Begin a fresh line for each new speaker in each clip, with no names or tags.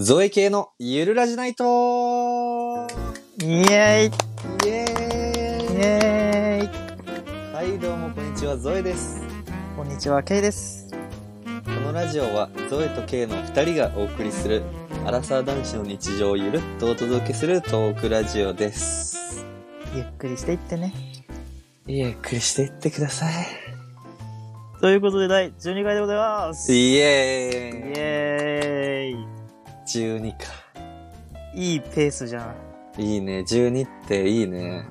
ゾエ系のゆるラジナイトイ
イエーイ
エーイ
イエーイ
はい、どうもこんにちは、ゾエです。
こんにちは、ケイです。
このラジオは、ゾエとケイの二人がお送りする、アラサー男子の日常をゆるっとお届けするトークラジオです。
ゆっくりしていってね。
ゆっくりしていってくださ
ということで、第12回でございます。イ
い。イエーイ
エー
!12 か。
イいいペースじゃん。
いいね、12っていいね。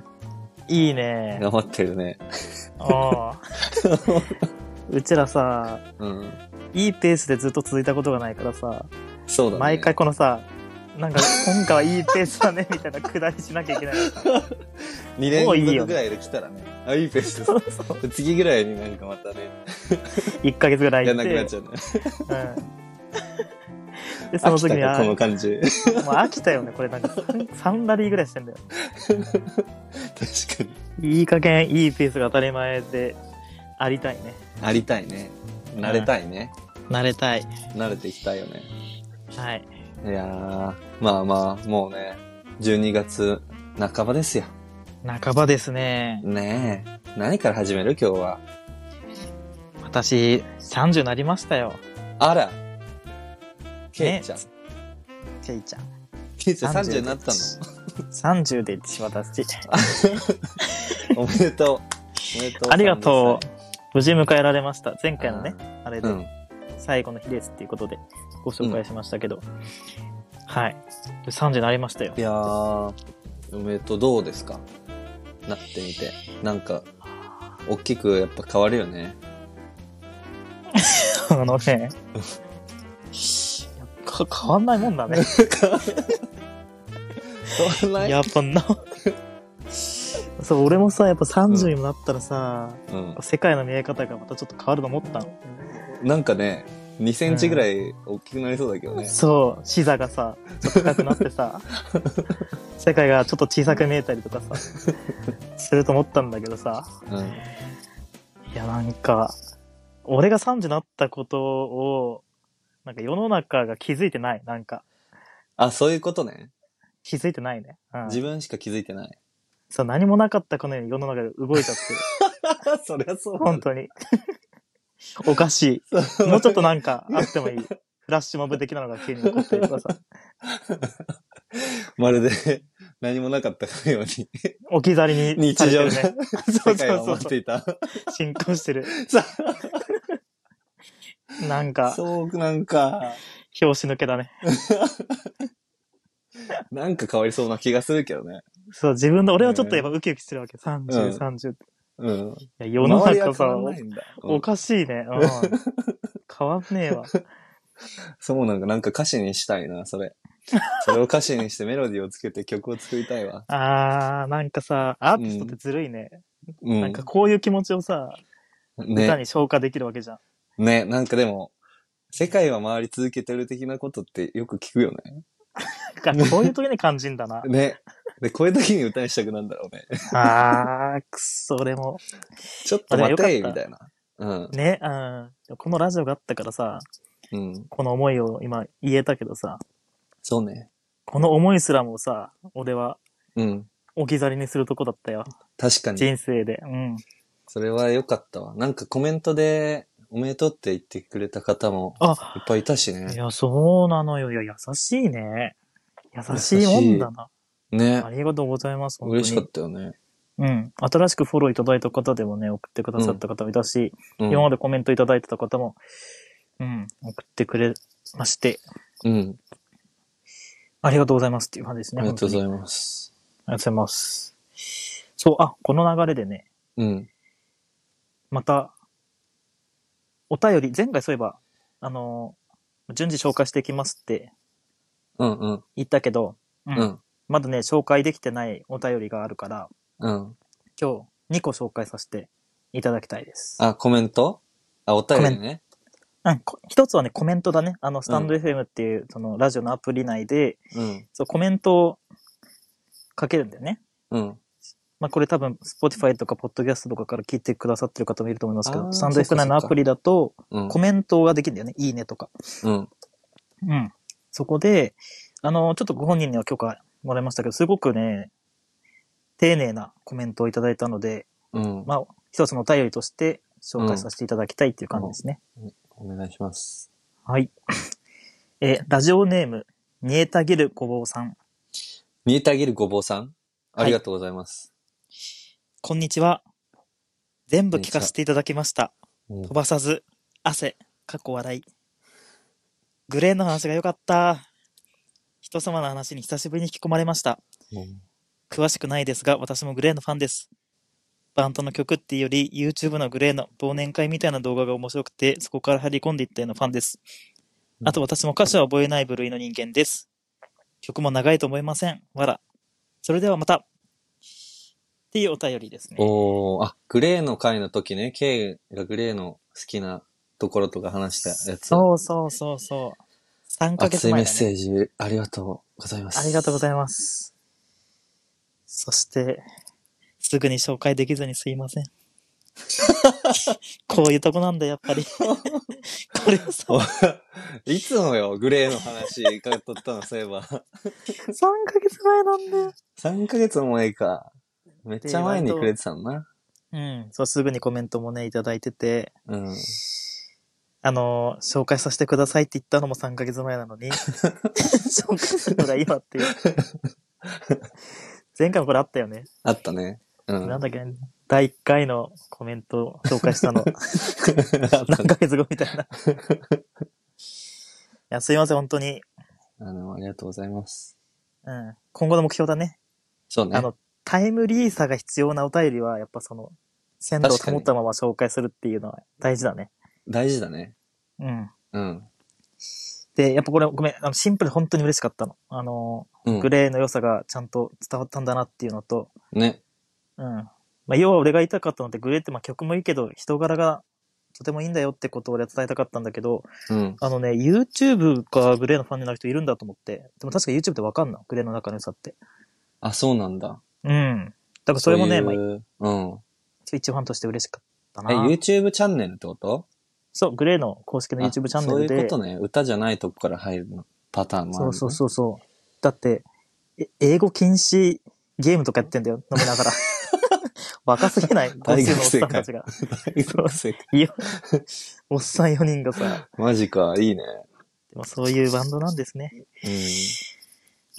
いいね。
頑張ってるね。
ああ。 うちらさ、
うん。
いいペースでずっと続いたことがないからさ、
そうだね。
毎回。このさ、なんか今回はいいペースだね、 みたいなくだりしなきゃいけない。
2
もうい
連続
いよね
ぐらいで来たらね。あ、いいペースで
そうそう。
す。次ぐらいになんかまたね、
1ヶ月ぐらい
や
行
ん
っ
なく
て。
なっちゃうね。
うん。で、その時に
飽きたか
は、
こ
も
の
う
感じ。
飽きたよね、これなんか3、三ラリーぐらいしてんだよ。
確かに。
いい加減いいペースが当たり前でありたいね
ありたいね。慣れたいね。
なれたい
慣れていきたいよね。
はい
いやー、まあまあ、もうね、12月半ばですよ。
半ばですね
ねえ。何から始める今日は。
私30なりましたよ
あら。ケイちゃん。
ケイちゃん
ケイちゃん30になった
の30で一私
の。おめで とう。おめでとう。
ありがとう無事迎えられました前
30
回のね。あれ
う
で
ん。
最後の日ですっていうことでご紹介しましたけど、はい30なりましたよ
いやー、おめでとう。どうですかなってみて。なんか、大きくやっぱ変わるよ ね。
あのね やっぱ変わんないもんだね
変わらない
やっぱな そう俺もさやっぱ30にもなったらさ、
うん。
世界の見え方がまたちょっと変わると思ったの、
なんかね、2センチぐらい大きくなりそうだけどね。
そう視座がさちょっと高くなって さ世界がちょっと小さく見えたりとかさすると思ったんだけどさ
うん。
いやなんか俺が30になったことをなんか世の中が気づいてないなんか
あ、そういうことね。
気づいてないね、うん、
自分しか気づいて ない。
そう何もなかったかのように世の中が動いちゃ ってる
そりゃそう
本当におかしい
当
もうちょっとなんかあってもいい。フラッシュモブ的なのが急に起こったりとかさ。
まるで何もなかったかのよう に、
置き去りにさ
日常
れてる
が、
ね。 そ
世
う
界
そ
を
う
待っ
そ
て
う。
いた。
進行してる。
さ
なんか、
そう、なんか、
拍子抜けだね。
なんか変わりそうな気がするけどね。
そう、自分の、俺はちょっとやっぱウキウキしてるわけ。
うん
30、30って。
うん。
いや、世の
周りは
中
変
さ、
わんないんだ。うん
おおかしいね。 うん。変わんねえわ。
そうなんか、なんか歌詞にしたいな、そ れ。それを歌詞にしてメロディーをつけて曲を作りたいわ。
あー、なんかさ、アーティストってずるいね。
うん。
なんかこういう気持ちをさ、歌
ね、
に消化できるわけじゃん。
ね、なんかでも、世界は回り続けてる的なことってよく聞くよね。。
なんかこういう時に感じんだな
ね。で、こういう時に歌いしたくなんだろうね。
あー、くそ、俺も。
ちょっと待
あ
て、
で
み
もよかった
たいな。うん。
ね、うん。このラジオがあったからさ、
うん。
この思いを今言えたけどさ、
そうね。
この思いすらもさ、俺は
うん。
置き去りにするとこだったよ。
確かに。
人生で。うん。
それは良かったわ。なんかコメントで、おめでとうって言ってくれた方も
あ、
いっぱいいたし
い
ね。
や、そうなのよ。いや、優しいね。優しいもんだな。
ね
あ。りがとうございます。本当に
嬉しかったよね。
うん。新しくフォローいただいた方でもね、送ってくださった方もいたし、
うん
今までコメントいただいてた方も、うん、送ってくれまして、
うん。
ありがとうございますっていう感じです
あ
ね。
りがとうござ
本
います。
当にありがとうございます。そう、あ、この流れでね、
うん。
また、お便り、前回そういえば、あのー、順次紹介していきますって
うんうん。
言ったけど、う
うん。
まだね、紹介できてないお便りがあるから、
うん。
今日2個紹介させていただきたいです。
あ、コメントあ、お便りね。
うん、こ一つはね、コメントだね。あの、スタンド FM っていう、その、ラジオのアプリ内で、
うん。
そう、コメントをかけるんだよね。
うん。
まあ、これ多分、Spotify とか、Podcast とかから聞いてくださってる方もいると思いますけ
あ
ど、
ー
スタンド FM 内のアプリだと、
うん
コ。メントができるんだよね。いいねとか。
うん。
うん。そこで、あの、ちょっとご本人には許可もらいましたけど、すごくね、丁寧なコメントをいただいたので、
うん。
まあ、一つのお便りとして紹介させていただきたいっていう感じですね。
お願いします。
はい。えーラジオネーム、煮えたぎるごぼうさん。
見えてあげるごぼうさん、
はい
ありがとうございます。
こんにちは。全部聞かせていただきました。
うん
飛ばさず、汗、過去笑い。グレーンの話が良かった。人様の話に久しぶりに引き込まれました。
うん
詳しくないですが、私もグレーのファンです。バンドの曲っていうより、YouTube のグレーの忘年会みたいな動画が面白くて、そこから入り込んでいったようなファンです。あと私も歌詞は覚えない部類の人間です。曲も長いと思いません。わら。それではまた。っていうお便りですね。
おーあ、グレーの回の時ね、K がグレーの好きなところとか話したやつ。
そうそうそうそう。3ヶ
熱
月
いメ
前
ッ
だね、
セージありがとうございます。
ありがとうござ
い
います。そして、すぐに紹介できずにすい ません。こういうとこなんだ、やっ ぱり。これさ、3
ます。いつもよ、グレーの話がとったの、そういえば。
ヶ月前なんだよ。
3ヶ月も前か。めっちゃ前にくれてたのな。
うん、そう、すぐにコメントもね、いただいてて、
うん。
あのー紹介させてくださいって言ったのも3ヶ月前なの に、紹介するのが今っていう。前回もこれあったよね。
あったね。うん。
な
あ
んだっけ、第1回のコメントを紹介したの。
った
何
ね
ヶ月後み た いな。いや、すいません、本当に。
あの、ありがとうございます。
うん。今後の目標だね。
そうね
あ。の、タイムリーさが必要なお便りは、やっぱその、鮮度を保ったまま紹介するっていうのは大事だね。
大事だね。
うん。
うん。
で、やっぱこれ、ごめん、あの、シンプルで本当に嬉しかったの。あの、
うん
グ。レーの良さがちゃんと伝わったんだなっていうのと、
ね。
うん。まあ、要は俺が言いたかったのって、グレーってまあ曲もいいけど、人柄がとてもいいんだよってことを俺は伝えたかったんだけど、
うん。
あのね、YouTube かグレーのファンになる人いるんだと思って。でも確か YouTube ってわかんない。グレーの中の良さって。
あ、そうなんだ。
うん。だからそれもね、
そう
まあ
いううん。
一応ファンとして嬉しかった
え、
な。
YouTube チャンネルってこと
そう、グレーの公式の
あ
YouTube チャンネルで。
そういうことね。歌じゃないとこから入るのパターンもある、
そうそうそうそう。だって、え英語禁止ゲームとかやってんだよ、飲み ながら。若すぎない
大学
のおっ
生か
さんたちが。
うそう。
いや、おっさん4人がさ、
マジか、いいね。
でもそういうバンドなんですね。
うん。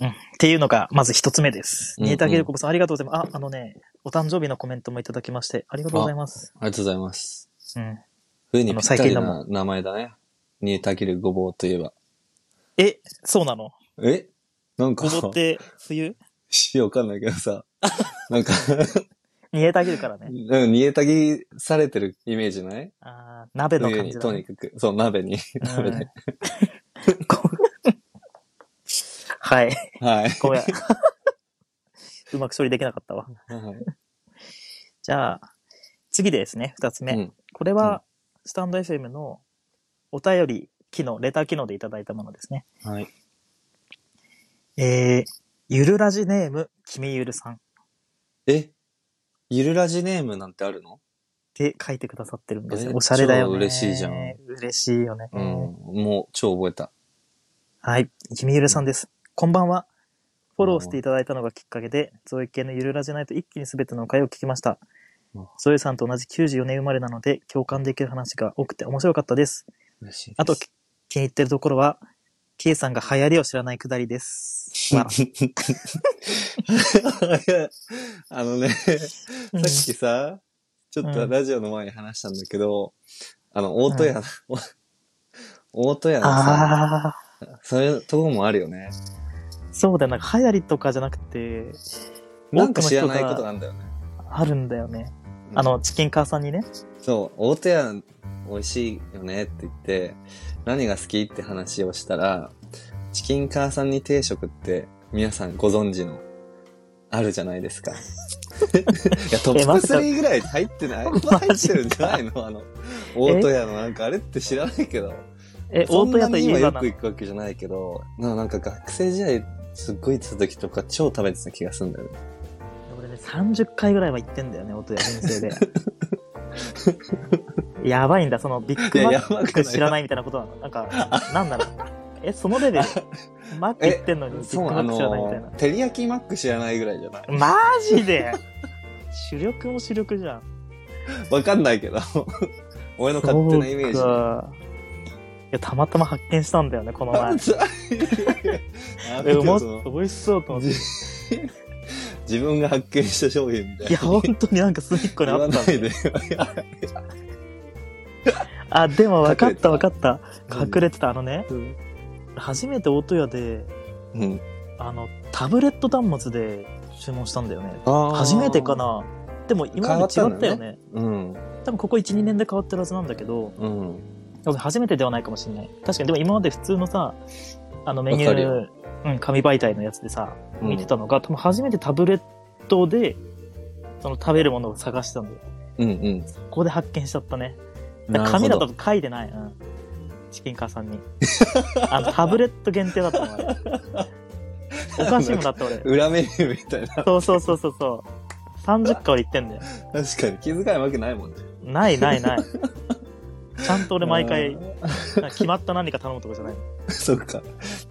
うん。っていうのが、まず一つ目です。
うんうん
ニエタゲルコブさん、ありがとうございます。あ、あのね、お誕生日のコメントもいただきまして、ありがとうございます。
ありがとうございます。
うん。
冬にぴったり
あの
な名前だね。煮えたぎるごぼうといえば。
え、そうなの
えなんか
ご、ぼうって冬
しわかんないけどさ。なんか、
煮えたぎるからね。
うん煮えたぎされてるイメージない
あー鍋の
冬
感
に、
じ
と
だ、
に
ね。
かく。そう、鍋に。鍋で。
うんこ はい。
はい。
ごめん。うまく処理できなかったわ。
はい
じゃあ、次ですね、二つ目。
うん
これは、スタンド FM のお便り機能、レター機能でいただいたものですね。
はい。
えー、ゆるラジネーム、きみゆるさんっ
えゆるラジネームなんてあるの
て書いてくださってるんです
え
よ。おしゃれだよね。
超嬉しいじゃん
嬉しいよね。
うん。もう、超覚えた。
はい、きみゆるさんです。こんばんは。フォローしていただいたのがきっかけで、ゾイ系のゆるラジナイト一気に全ての回を聞きました
うん。
ゾイさんと同じ94年生まれなので、共感できる話が多くて面白かったです。
嬉しいです。
あと、き気に入ってるところは、K さんが流行りを知らないくだりです。わら
あのね、さ
う
っ
ん
きさ、ちょっ
う
と
ん
ラジオの前に話したんだけど、あの、大戸 屋の、大戸屋のさ、
ああ、
そういうとこもあるよね。
そうだよ。なんか流行りとかじゃなくて、
なんか知らない
多
こと
くの人が
なんだよね。
あるんだよね。あの、チキンカーさんにね。
そう、大戸屋美味しいよねって言って、何が好きって話をしたら、チキン母さんに定食って皆さんご存知の、あるじゃないです か。いや、トップ
えまさか
3ぐらい入って ない入ってるんじゃないのあの、大戸屋のなんかあれって知らないけど。
え、
そ
大
ん
戸
な
屋と
に
い
今
えば
よ
な
く。行くわけじゃないけど、ななんか学生時代すっごい行ってた時とか超食べてた気がするんだよね。
俺ね、30回ぐらいは行ってんだよね、大戸屋人 生で。やばいんだ、そのビッグマ
いややば
ッ
くない
ク知らないみたいなことは、なんか、なんなのえ、その例 で、マック言ってんのに、ビッ
そう、
グ
あ
マック知らないみたい
の、照り焼きマック知らないぐらいじゃない
な。マジで主力も主力じゃん。
わかんないけど。 俺の勝手なイメージ
そう。かいや、たまたま発見したんだよ ね、この前。え、うまっ、
その
美味しそうと思って。
じ 自分が発見した商品みたいな。
いや、本当になんか隅っこに
言
あ
わ
っ
な
たんだ
い
よ
で。
あ、でも分かっ
隠れてた
た分かった。
何
隠れてた。あのね、
うん
初めて大戸屋で、
うん。
あの、タブレット端末で注文したんだよね。
あー
初めてか。な。でも今まで違
変わ
っ
ったた
よ
んだ
ね。
うん。
多分ここ1、2年で変わってるはずなんだけど、
うん。
初めてではないかもしれない。確かに、でも今まで普通のさ、あのメニュ
わかる
ー、うん、紙媒体のやつでさ、見てたのが、多分初めてタブレットで、その食べるものを探してたんだよ。
うんうん。
ここで発見しちゃったね。
なるほど
紙だと書いてない。うん。チキンカーさ んに。あの、タブレット限定だったのあれ。おかしいもんだって俺。
裏メニューみたいな。
そうそうそうそうそう。30回俺言ってんだよ。
確かに気遣いわけないもんね。
ないないない。ちゃんと俺毎
あ
回、
ー。
決まった何か頼むとかじゃない。
そっか。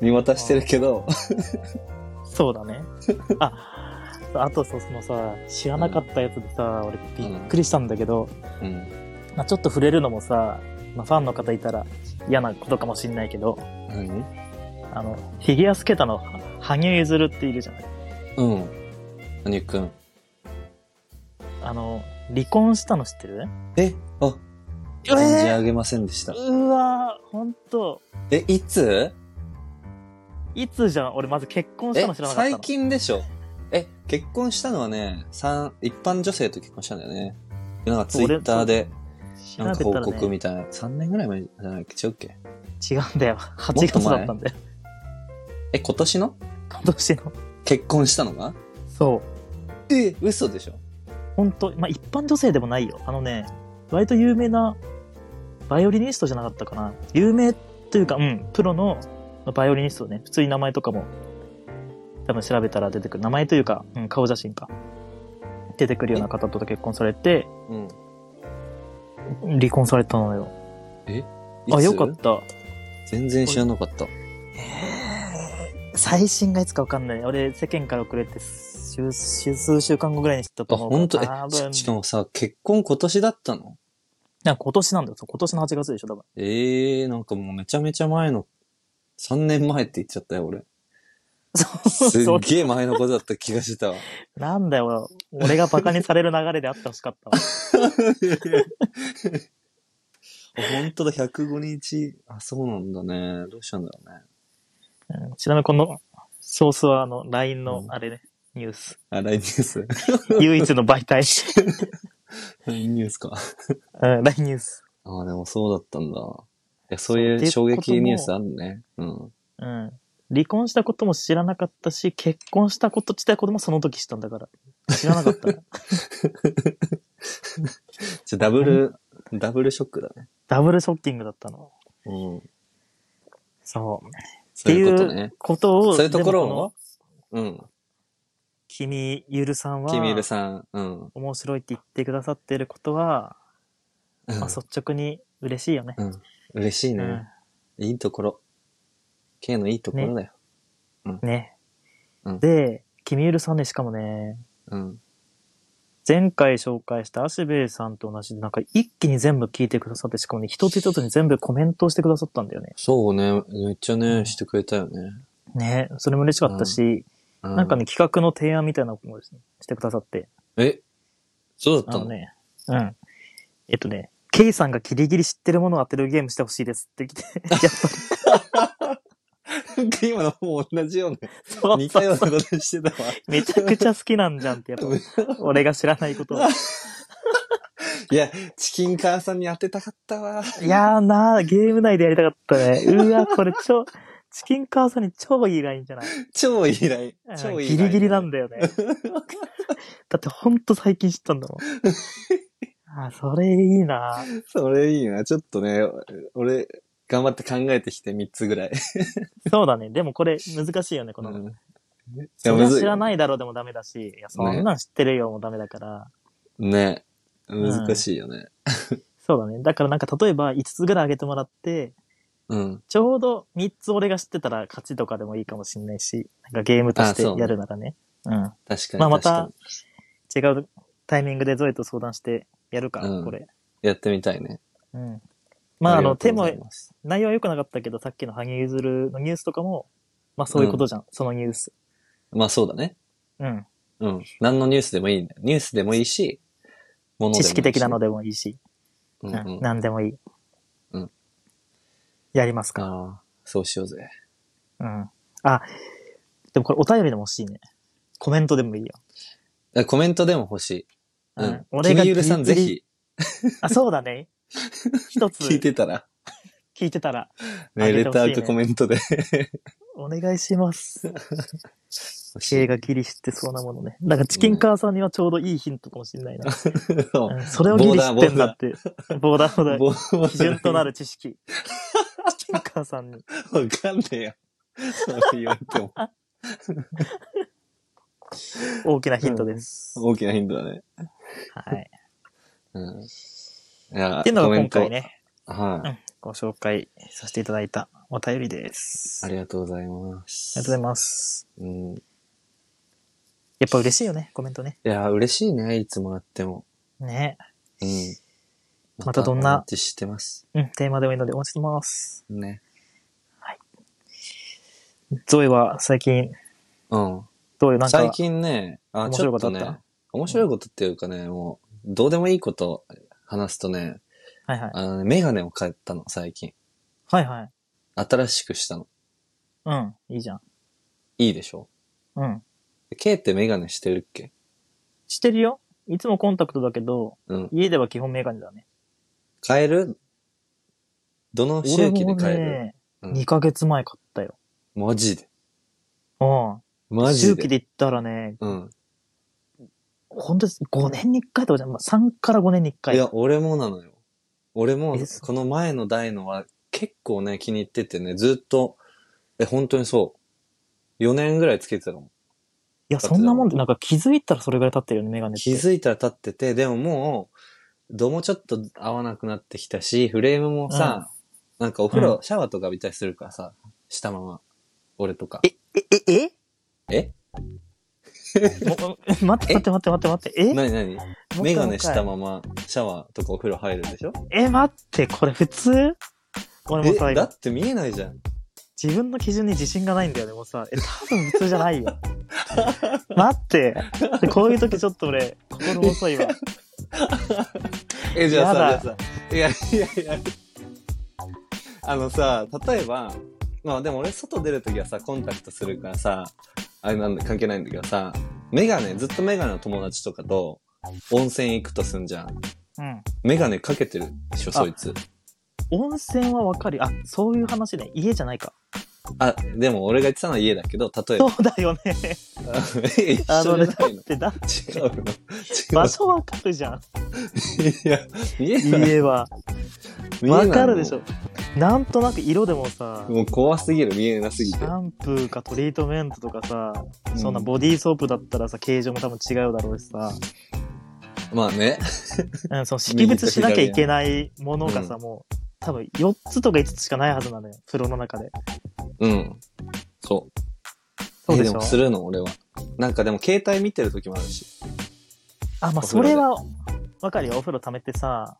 見渡してるけど。
そうだね。あ、あとそうそのさ、知らなかったやつでさ、俺びっくりしたんだけど、
うん。
まあ、ちょっと触れるのもさ、まあ、ファンの方いたら嫌なことかもしんないけど、
何
あの、フィギュアスケーターの羽生結弦っているじゃない。
うん。何くん。
あの、離婚したの知ってる
えあ、
え
存じ上げませんでした。
うわぁ、ほんと。
え、いつ
いつじゃん俺まず結婚し
え
たの知らなかったの。
最近でしょえ結婚したのはね三一般女性と結婚したんだよねなんかツイッターで
調
なんか
べ
報
たら
告
ね、
みたいな、3年ぐらい前じゃないっけ違うっけ
違うんだよ。8
もっ
月
と前
だったんだよ。
え今年の
今年の。
結婚したのが
そう。
え嘘でしょ
本当まあ、一般女性でもないよ。あのね、割と有名な、バイオリニストじゃなかったかな。有名というか、うん、プロのバイオリニストね。普通に名前とかも、多分調べたら出てくる。名前というか、うん、顔写真か。出てくるような方と結婚されて、
うん
離婚されたのよ。
い
あ、
つ
よかった。
全然知らなかった
最新がいつかわかんない。俺、世間から遅れて、数数週間後ぐらいに知ったと
あ
思うから。
本当
多
え
分
ししかもさ結婚今年だったの
なんか今年なんだよ。そう今年の8月でしょ、多分。
えー、なんかもうめちゃめちゃ前の3年前って言っちゃったよ 俺
そう
すっ
そう
げえ前のことだった気がしたわ
なんだよ、俺がバカにされる流れであってほしかったわ。
本当だ105日あそうなんだねどうしたんだろうね
うんちなみにこのソースはあの LINE
う
の
ん
あれね、ニュース。
あ、LINE ニュース
唯一の媒体。
?LINE ニュースか。
うん、LINE ニュース。
ああ、でもそうだったんだ。いや、そういう衝撃ニュースあるね。うん。
うん。離婚したことも知らなかったし、結婚したこと自体こともその時知ったんだから。知らなか った。
じゃ、ダブル、ダブルショックだね。
ダブルショッキングだったの。
うん。
そう。っ
そ
て
うい
いう
こと
う
ね。
ことを、
そういうところ
でも
を
の、
うん。
君、ゆるさんは、
キミルさん、うん。
面白いって言ってくださっていることは、
うん
まあ、率直に嬉しいよね。
嬉しいね。いいところ。K のいいところだよ。
うん、ね。
うん
で、君ゆるさんね、しかもね、
うん。
前回紹介したアシベイさんと同じで、なんか一気に全部聞いてくださって、しかもね、一つ一つに全部コメントをしてくださったんだよね。
そうね。めっちゃね、してくれたよね。
ねそれも嬉しかったし、
う
なんか。ね、企画の提案みたいなのもしてくださって、
えそうだ
あ
った
の
の
ね、うん。えっとね、ケイさんがギリギリ知ってるものを当てるゲームしてほしいですって来 て、やっぱり
なんか今のもう同じような、
そう
似たよう
そう
なことしてたわ。
めちゃくちゃ好きなんじゃんって、やっぱ、俺が知らない ことを。
いや、チキンカーさんに当てたかったわ。
いやーなー、ゲーム内でやりたかったね。うわ、これ超、チキンカーさんに超いいラインじゃない
超いいライン
あ。
超
の
いい
ギリギリなん
だ。
だ よね。だってほんと最近知ったんだもん。あー、それいいなー
それいいな。ちょっとね、俺、頑張って考えてきて3つぐらい。
そうだね。でもこれ難しいよね、この。
うんい
それは知ら
い。
ないだろうでもダメだし、いや、そんなん知ってるよもダメだから。
ね。難しいよね。
そうだね。だからなんか例えば5つぐらい上げてもらって、
うん。
ちょうど3つ俺が知ってたら勝ちとかでもいいかもしんないし、なんかゲームとして
あそうね
やるならね。うん。
確かに。
まあま
確か
た
に。、
違うタイミングでゾエと相談してやるか、
うん
これ。
やってみたいね。
うん。まあ、あの、
り
手
がとうご
も
ざい、ます
内容は良くなかったけど、さっきの羽生結弦のニュースとかも、まあそういうことじゃん、そのニュース。
まあそうだね。
うん。
うん。何のニュースでもいいんだよ。ニュースでもいいし、も
知識的なの
で
でもいいし、
も
う
いいし。うんん、うん。あ
何でもいい。
うん
やりますか。
あー、そうしようぜ。
うん。あ、でもこれお便りでも欲しいね。コメントでもいいよ。
あコメントでも欲しい。う
うんん。俺が
君ゆるさん
ギ
ぜ
リギリ
ひ
あ、そうだ ね。一つ
聞いてたら、
聞いてたら、
ね、
あげ
レ
てほしいね
ターとコメントで。
お願いし ます。経 営がギリ知ってそうなものね。だからチキンカーさんにはちょうどいいヒントかもしれないな。
そう
うんそれをギリ知ってんだって。ボーダーボーダー。
ボー
基準となる知識。 チキンカーさんに。
わかんねえよ。そう言われても。
大きなヒントです。
大きなヒントだね。
はい。
うん。いや
っていうのが今回。ね、
コメントはい、
うんご紹介させていただいたお便りです。
あ
あり
りがとうございます。
がとうございます。
うございます。うん。い
やっぱ嬉しいよね、コメントね。
や、嬉しいね。いつもらっても。
ね。
うん。
またどん
お
な
待ちしてます。
うん、テーマでもいいのでお待ちしてます。
ね。
ゾイは最近、
うん。
どういうなんか、
最近ね、あ、
面
ち
白
ょ
い
っ
こととあった
ね、面白いことっていうかね、もう、どうでもいいこと話すとね、
はいはい。
あのね、メガネを買ったの、最近。
はいはい。
新しくしたの。
うん、いいじゃん。
いいでしょ
うん。
ケイってメガネしてるっけ
してるよ。いつもコンタクトだけど、
うん。
家では基本メガネだね。
変えるどの周期で変え
俺も
る、
ね、
うん
2ヶ月前買ったよ。
マジで。
うん。
マジで。
周期で言ったらね、
うん。
本当です。5年に1回とかじゃん。まあ、3から5年に1
い
回。
や、俺もなのよ。俺も
え、
この前の代のは結構ね、気に入っててね、ずっと、え、本当にそう。4年ぐらいつけてたかも。
いや、そんなもんで、なんか気づいたらそれぐらい経ってるよね、メガネって。
気づいたら立ってて、でももう、どもちょっと合わなくなってきたし、フレームもさ、なんかお風呂、シャワーとか浴びたりするからさ、したまま。俺とか。
え、え、
え
えも待って待って待って待って待って。え
なになに
もう一回
メガネした
もう
まま、シャワーとかお風呂入るでしょ
一回え、待って、これ普通俺もさ、
え、だ
今
って見えないじゃん。
自分の基準に自信がないんだよね、もうさ。え、多分普通じゃないよ。 待って。でこういう時ちょっと俺、心細いわ。
え、 じゃあ
やだ
さ、じゃあさ、いやいやいや、あのさ、例えば、まあでも俺外出るときはさ、コンタクトするからさ、あれなんだ、関係ないんだけどさ、メガネ、ずっとメガネの友達とかと温泉行くとすんじゃん。
うん。
メガネかけてるでしょ、
あ
そいつ。
温泉はわかるよあ、そういう話ね。家じゃないか。
あ、でも俺が言ってたのは家だけど、例え
そ
ば、
うだ よね。
え 一
あの
緒
ね、
じ
だ
ゃな
っ
いの
てだ、
違うの違う
場所わかるじゃん。
いや、見えない。
家は。
見えない
わ
の
かるでしょ。。なんとなく色でもさ、
もう怖すぎる、見えなすぎ
シ
て。
ャンプーかトリートメントとかさ、そんな
うん
ボディーソープだったらさ、形状も多分違うだろうしさ、
まあね。
うん、その識別しなきゃいけないものがさ、
う
もう、多分4つとか5つしかないはずなのよ、風呂の中で。
うん。そう。
そうで
え
し
も
ょ
するの、俺は。なんかでも携帯見てる時もあるし。
あ、ま
お
あ
風呂
そ
で
れは、わかるよ、お風呂溜めてさ、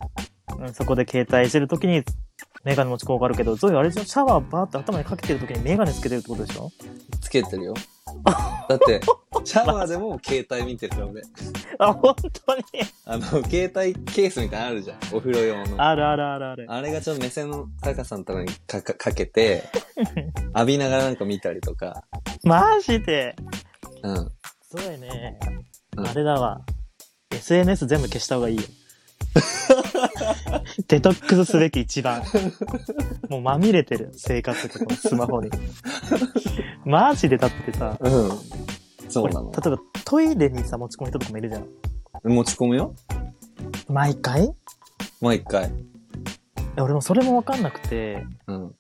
うん、そこで携帯してるときに、メガネ持ち効果あるけど、ゾイあれじゃんシャワーバーって頭にかけてるときにメガネつけてるってことでしょ
つけてるよ。だ って、シャワーでも携帯見てるから俺。
あ、本当に
あの、携帯ケースみたいなのあるじゃん。お風呂用の。あ
あるあるあるある。
れがちょっと目線の高さのためにかかかけ て、浴びながらなんか見たりとか。
マジで
うん。
そうだよね。
うん
あれだわ。SNS 全部消した方がいいよ。 デトックスすべき一番。もうまみれてる、生活とかスマホに。マジでだってさ、
うん。そう
俺
な
例
の。
えばトイレにさ、持ち込む人とかもいるじゃん。
持ち込むよ
毎回
もう一回。
俺もそれもわかんなくて、
うん。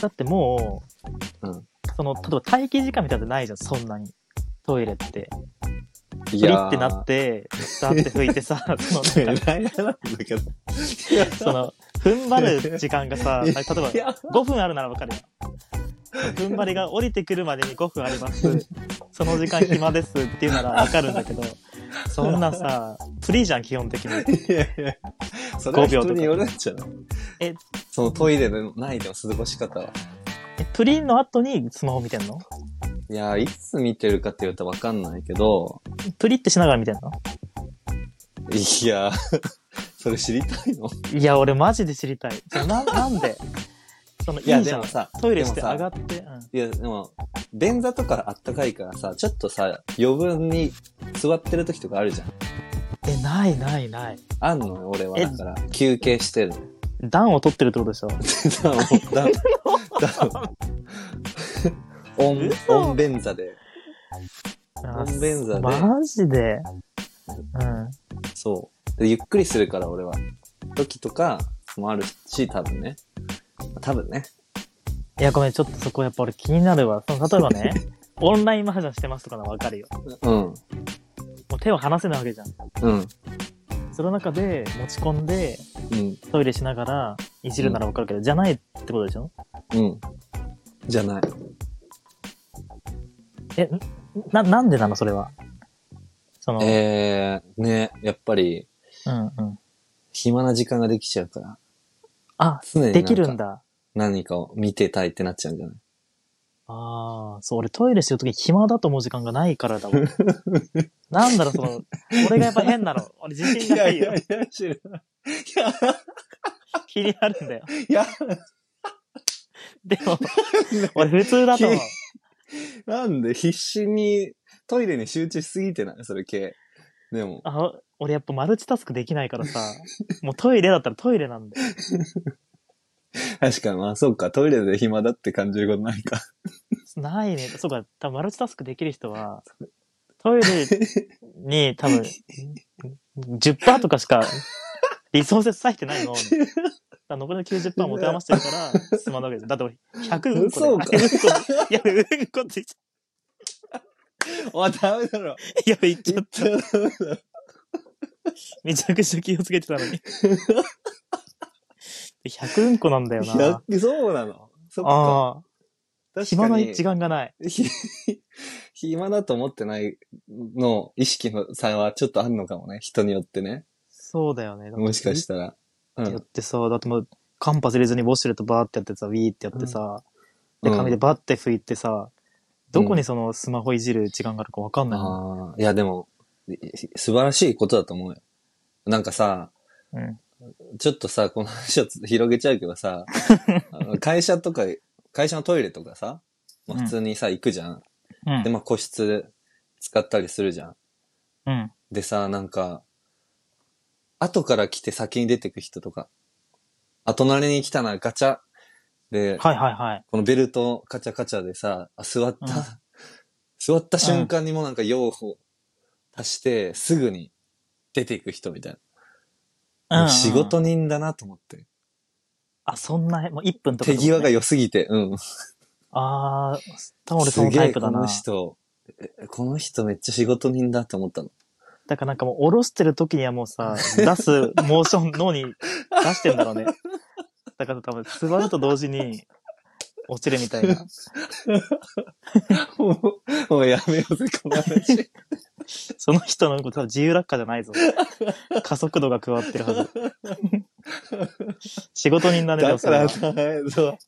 だってもう、
うん
その、例えば待機時間みたいなのないじゃん、そんなに。トイレって。
い
プリ
や
って なって、ダーって拭いてさ、その
て。、なんだけど。
その、踏ん張る時間がさ、例えば
いや
5分あるならわかるよ。踏ん張りが降りてくるまでに5分あります。その時間暇ですっていうならわかるんだけど、そんなさ、フリーじゃん、基本的に。
いやいや、それは
5秒
人
とか
によるんじゃない
え
そのトイレのないでの過ごし方は。
えプリンの後にスマホ見てんの
いや、いつ見てるかって言うとわかんないけど、
プリってしながら見てんの
いや、それ知りたいの
いや、俺マジで知りたい。そのななんでそのい
い
いじ
や、
ゃん。
でもさ、
トイレして
でもさ
上がって、うん。
いや、でも、便座とかあったかいからさ、ちょっとさ、余分に座ってる時とかあるじゃん。
え、ないないない。
あんのよ俺は。
え
だから、休憩してる。
暖を取ってるってことでしょ
ダウン、ダウン、ダウン。
嘘
オン、オン便座で。
あ
ンベンザで
マジで。うん。
そう。でゆっくりするから、俺は。時とかもあるし、多分ね。多分ね。
いや、ごめん、ちょっとそこやっぱ俺気になるわ。その例え ばね、オンラインマハジャンしてますとかのわかるよ。
うん。
もう手を離せないわけじゃん。
うん。
その中で持ち込んで、
うん。
トイレしながらいじるならわかるけど、じゃないってことでしょ
うん。じゃない。
え、んな、なんでなのそれは。その、
えー、ね、やっぱり、
うんうん。
暇な時間ができちゃうから、
あ、
常になんか
できるんだ。
何かを見てたいってなっちゃうんじゃない
ああ、そう、俺トイレしてるとき暇だと思う時間がないから だわ。なんだろう、その、俺がやっぱ変なの。俺自信がないよ。
や、知らない。いや、
気になるんだよ。
いや、
でも、俺普通だと思う。
なんで必死にトイレに集中しすぎてないそれ系。でも、
あ、俺やっぱマルチタスクできないからさ、もうトイレだったらトイレなんだよ。
確かに、まあそうか、トイレで暇だって感じることない か。
ないね。そうか、多分マルチタスクできる人は、トイレに多分、10%とかしかリソース割いてないの。だから残りの90%持て余してるから、進まないわけです。だって俺、100うんこで。
そうか
あれうんこいや、うんこって言っちゃ
あ、ダメだろ。
いや、言っちゃ
言
っ。
ったちゃダメだろ
めちゃくちゃ気をつけてた のに。100うんこなんだよ
い
な。
やそうなの。そっか。
ああ、
確
暇
か
の
に
時。間がない。
ひ 暇だと思ってないの意識の差はちょっとあるのかもね。人によってね。
そうだよね。
もしかしたら。う
やっ
ん。
てさ、だってもう、間髪入れずにウォシュレットバーってやってさ、ウィーってやってさ、で、髪でバーって拭いてさ、どこにそのスマホいじる時間があるかわかんないもん。
ああ、いやでも、い素晴らしいことだと思うよ。なんかさ、
うん
ちょっとさ、この話をつ広げちゃうけど さ、あの会社とか、会社のトイレとかさ、まあ
うん
普通にさ、行くじゃん。
うん
で、まあ個室使ったりするじゃん。
うん。
でさ、なんか、後から来て先に出てく人とか、あ、隣に来たな、ガチャ。で、
はいはいはい。
このベルトカチャカチャでさ、あ座った、
うん
座った瞬間にもうなんか用を足して、すぐに出ていく人みたいな。
うん
もう仕事人だなと思って。
あ、そんな、もう1分とか、
手際が。良すぎて、うん。
ああ、多分俺そ
す
の
げ
タ
え
イプ
こ
だ
の
な。
人、えこの人めっちゃ仕事人だと思 ったの。
だからなんかもう、下ろしてる時にはも うさ、出すモーション、脳に出してんだろうね。だから多分、座ると同時に、落ちるみたいな。
もう、もうやめようぜ、この話。
その人のことは自由落下じゃないぞ。加速度が加わってる はず。仕事人だね、でも
だ
そ
か
れは
らさ、そう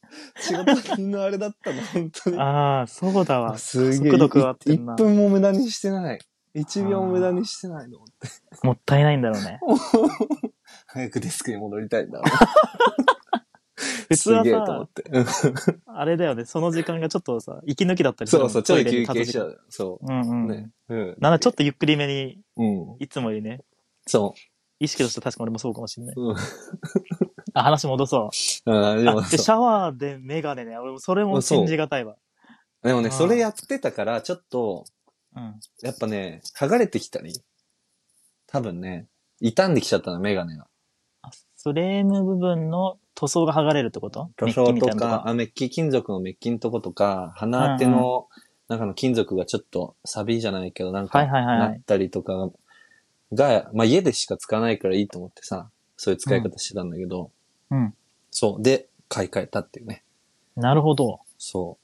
仕事人のあれだった の、本当に。
ああ、そうだわ。
すげえ。
速度加わってんな
1分も無駄にしてない。1秒も無駄にしてないの。
もったいないんだろうね。
早くデスクに戻りたいんだ。
普通は
すげえと思
さ
っ、て。うん
あれだよね、その時間がちょっとさ、息抜きだったりする
そ
も
うんそう、ちょい
トイレ
休
に立
憩し
つ時
ちゃ
間
う。そ
うんう
う。
ん。
ね。うん。
なんだ、ちょっとゆっくりめに、
うん。
いつもよりね。
そ
意識として確か俺もそうかもしれない。
う。うん。
あ、話戻そう。
うんでも
あで、シャワーでメガネね。俺もそれも信じがたいわ。
でもね、
あー
それやってたから、ちょっと、
うん。
やっぱね、剥がれてきたり。多分ね、傷んできちゃったの、メガネが。
あフレーム部分の塗装が剥がれるってこと
塗
メッ
装
キみ
と
たいなの
か、あ、メッキ、金属のメッキのとことか、鼻当ての中の金属がちょっとサビじゃないけど、なんか、
はいはいはいは
ないったりとかが、まあ家でしか使わないからいいと思ってさ、そういう使い方してたんだけど、
うん。
そう。で、買い替えたっていうね。
なるほど。
そ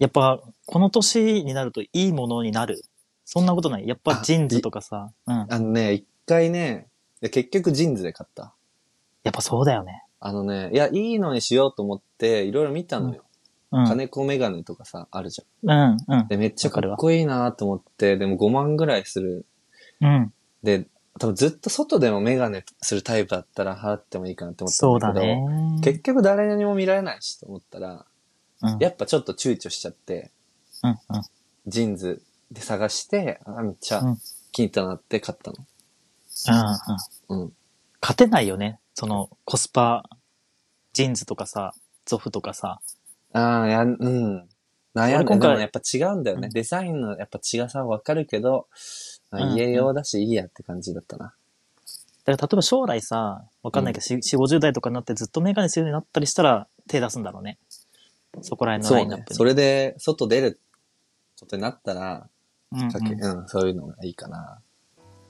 やっぱ、この年になるといいものになる。そんなことない。やっぱ
あ
ジーンズとかさ。うん
う。。あのね、一回ね、いや結局ジーンズで買った。
やっぱそうだよね。
あのね、いや、いいのにしようと思って、いろいろ見たのよ。
うん。うん、
金子メガネとかさ、あるじゃん。
うん。
で、めっちゃかっこいいなと思って、でも5万ぐらいする。
うん。
で、多分ずっと外でもメガネするタイプだったら払ってもいいかなって思
そう
った
だ
んだけど、
ね。
結局誰にも見られないしと思ったら、
うん。
やっぱちょっと躊躇しちゃって、
うん。うん。
ジーンズで探して、あ、めっちゃ
うん
気に入ったなって買ったの。
うんうん
うん。
勝てないよね。その、コスパ、ジーンズとかさ、ゾフとかさ。
ああ、や、うん。悩ん
俺
で
今回
でもやっぱ違うんだよね。
うん
デザインのやっぱ違さはわかるけど、ま
うん
あ、家用だしいいやって感じだったな。
だから例えば将来さ、わかんないけど、4、50代とかになってずっとメガネするようになったりしたら手出すんだろうね。そこら辺の
そ
ライ
う
ンナッ
ね。
プに。
それで、外出ることになったら、
うんうん
かけ、うん、そういうのがいいかな。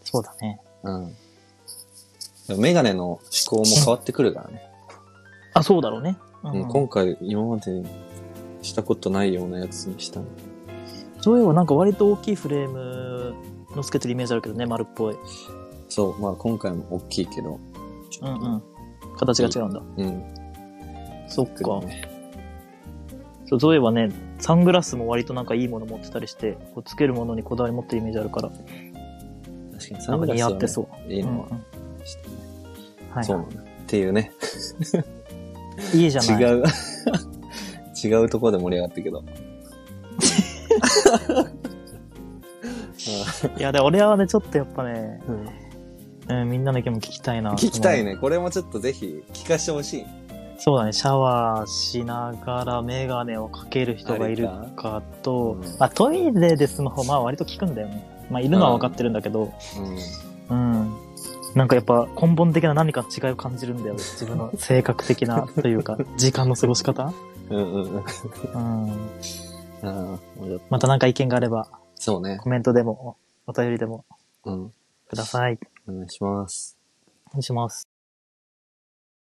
そうだね。
うん。でもメガネの思考も変わってくるからね。
あ、そうだろうね。うん
うん、今回、今までしたことないようなやつにしたの
ジョエはなんか割と大きいフレームのつけてるイメージあるけどね、丸っぽい。
そう、まあ今回も大きいけど。ち
う
ょ
ん
っと
うん。形が違うんだ。
うん。
そっか。
くるね
そう、ゾエはね、サングラスも割となんかいいもの持ってたりして、こうつけるものにこだわり持ってるイメージあるから、
確かに。
なんか似合ってそうう。
いいのは
うんうん
知ってね
はい、
そうなんだ。っていうね。
いいじゃない。
違う、 違うところで盛り上がったけど。
いや、で、俺はね、ちょっとやっぱね、
うん
うん、みんなの意見も聞きたいな。
聞きたいね。これもちょっとぜひ聞かしてほしい。
その。そうだね、シャワーしながらメガネをかける人がいる
あり
かと、
うん
まあトイレでスマホ、まあ割と聞くんだよね。まあいるのは分かってるんだけど、
うん。
うん。なんかやっぱ根本的な何か違いを感じるんだよ。 自分の性格的なというか、時間の過ごし方。
うんうんうん。
うん。
ああ、
また何か意見があれば、
そうね。
コメントでも、お便りでも
うん。
ください。
お願いします。
お願いします。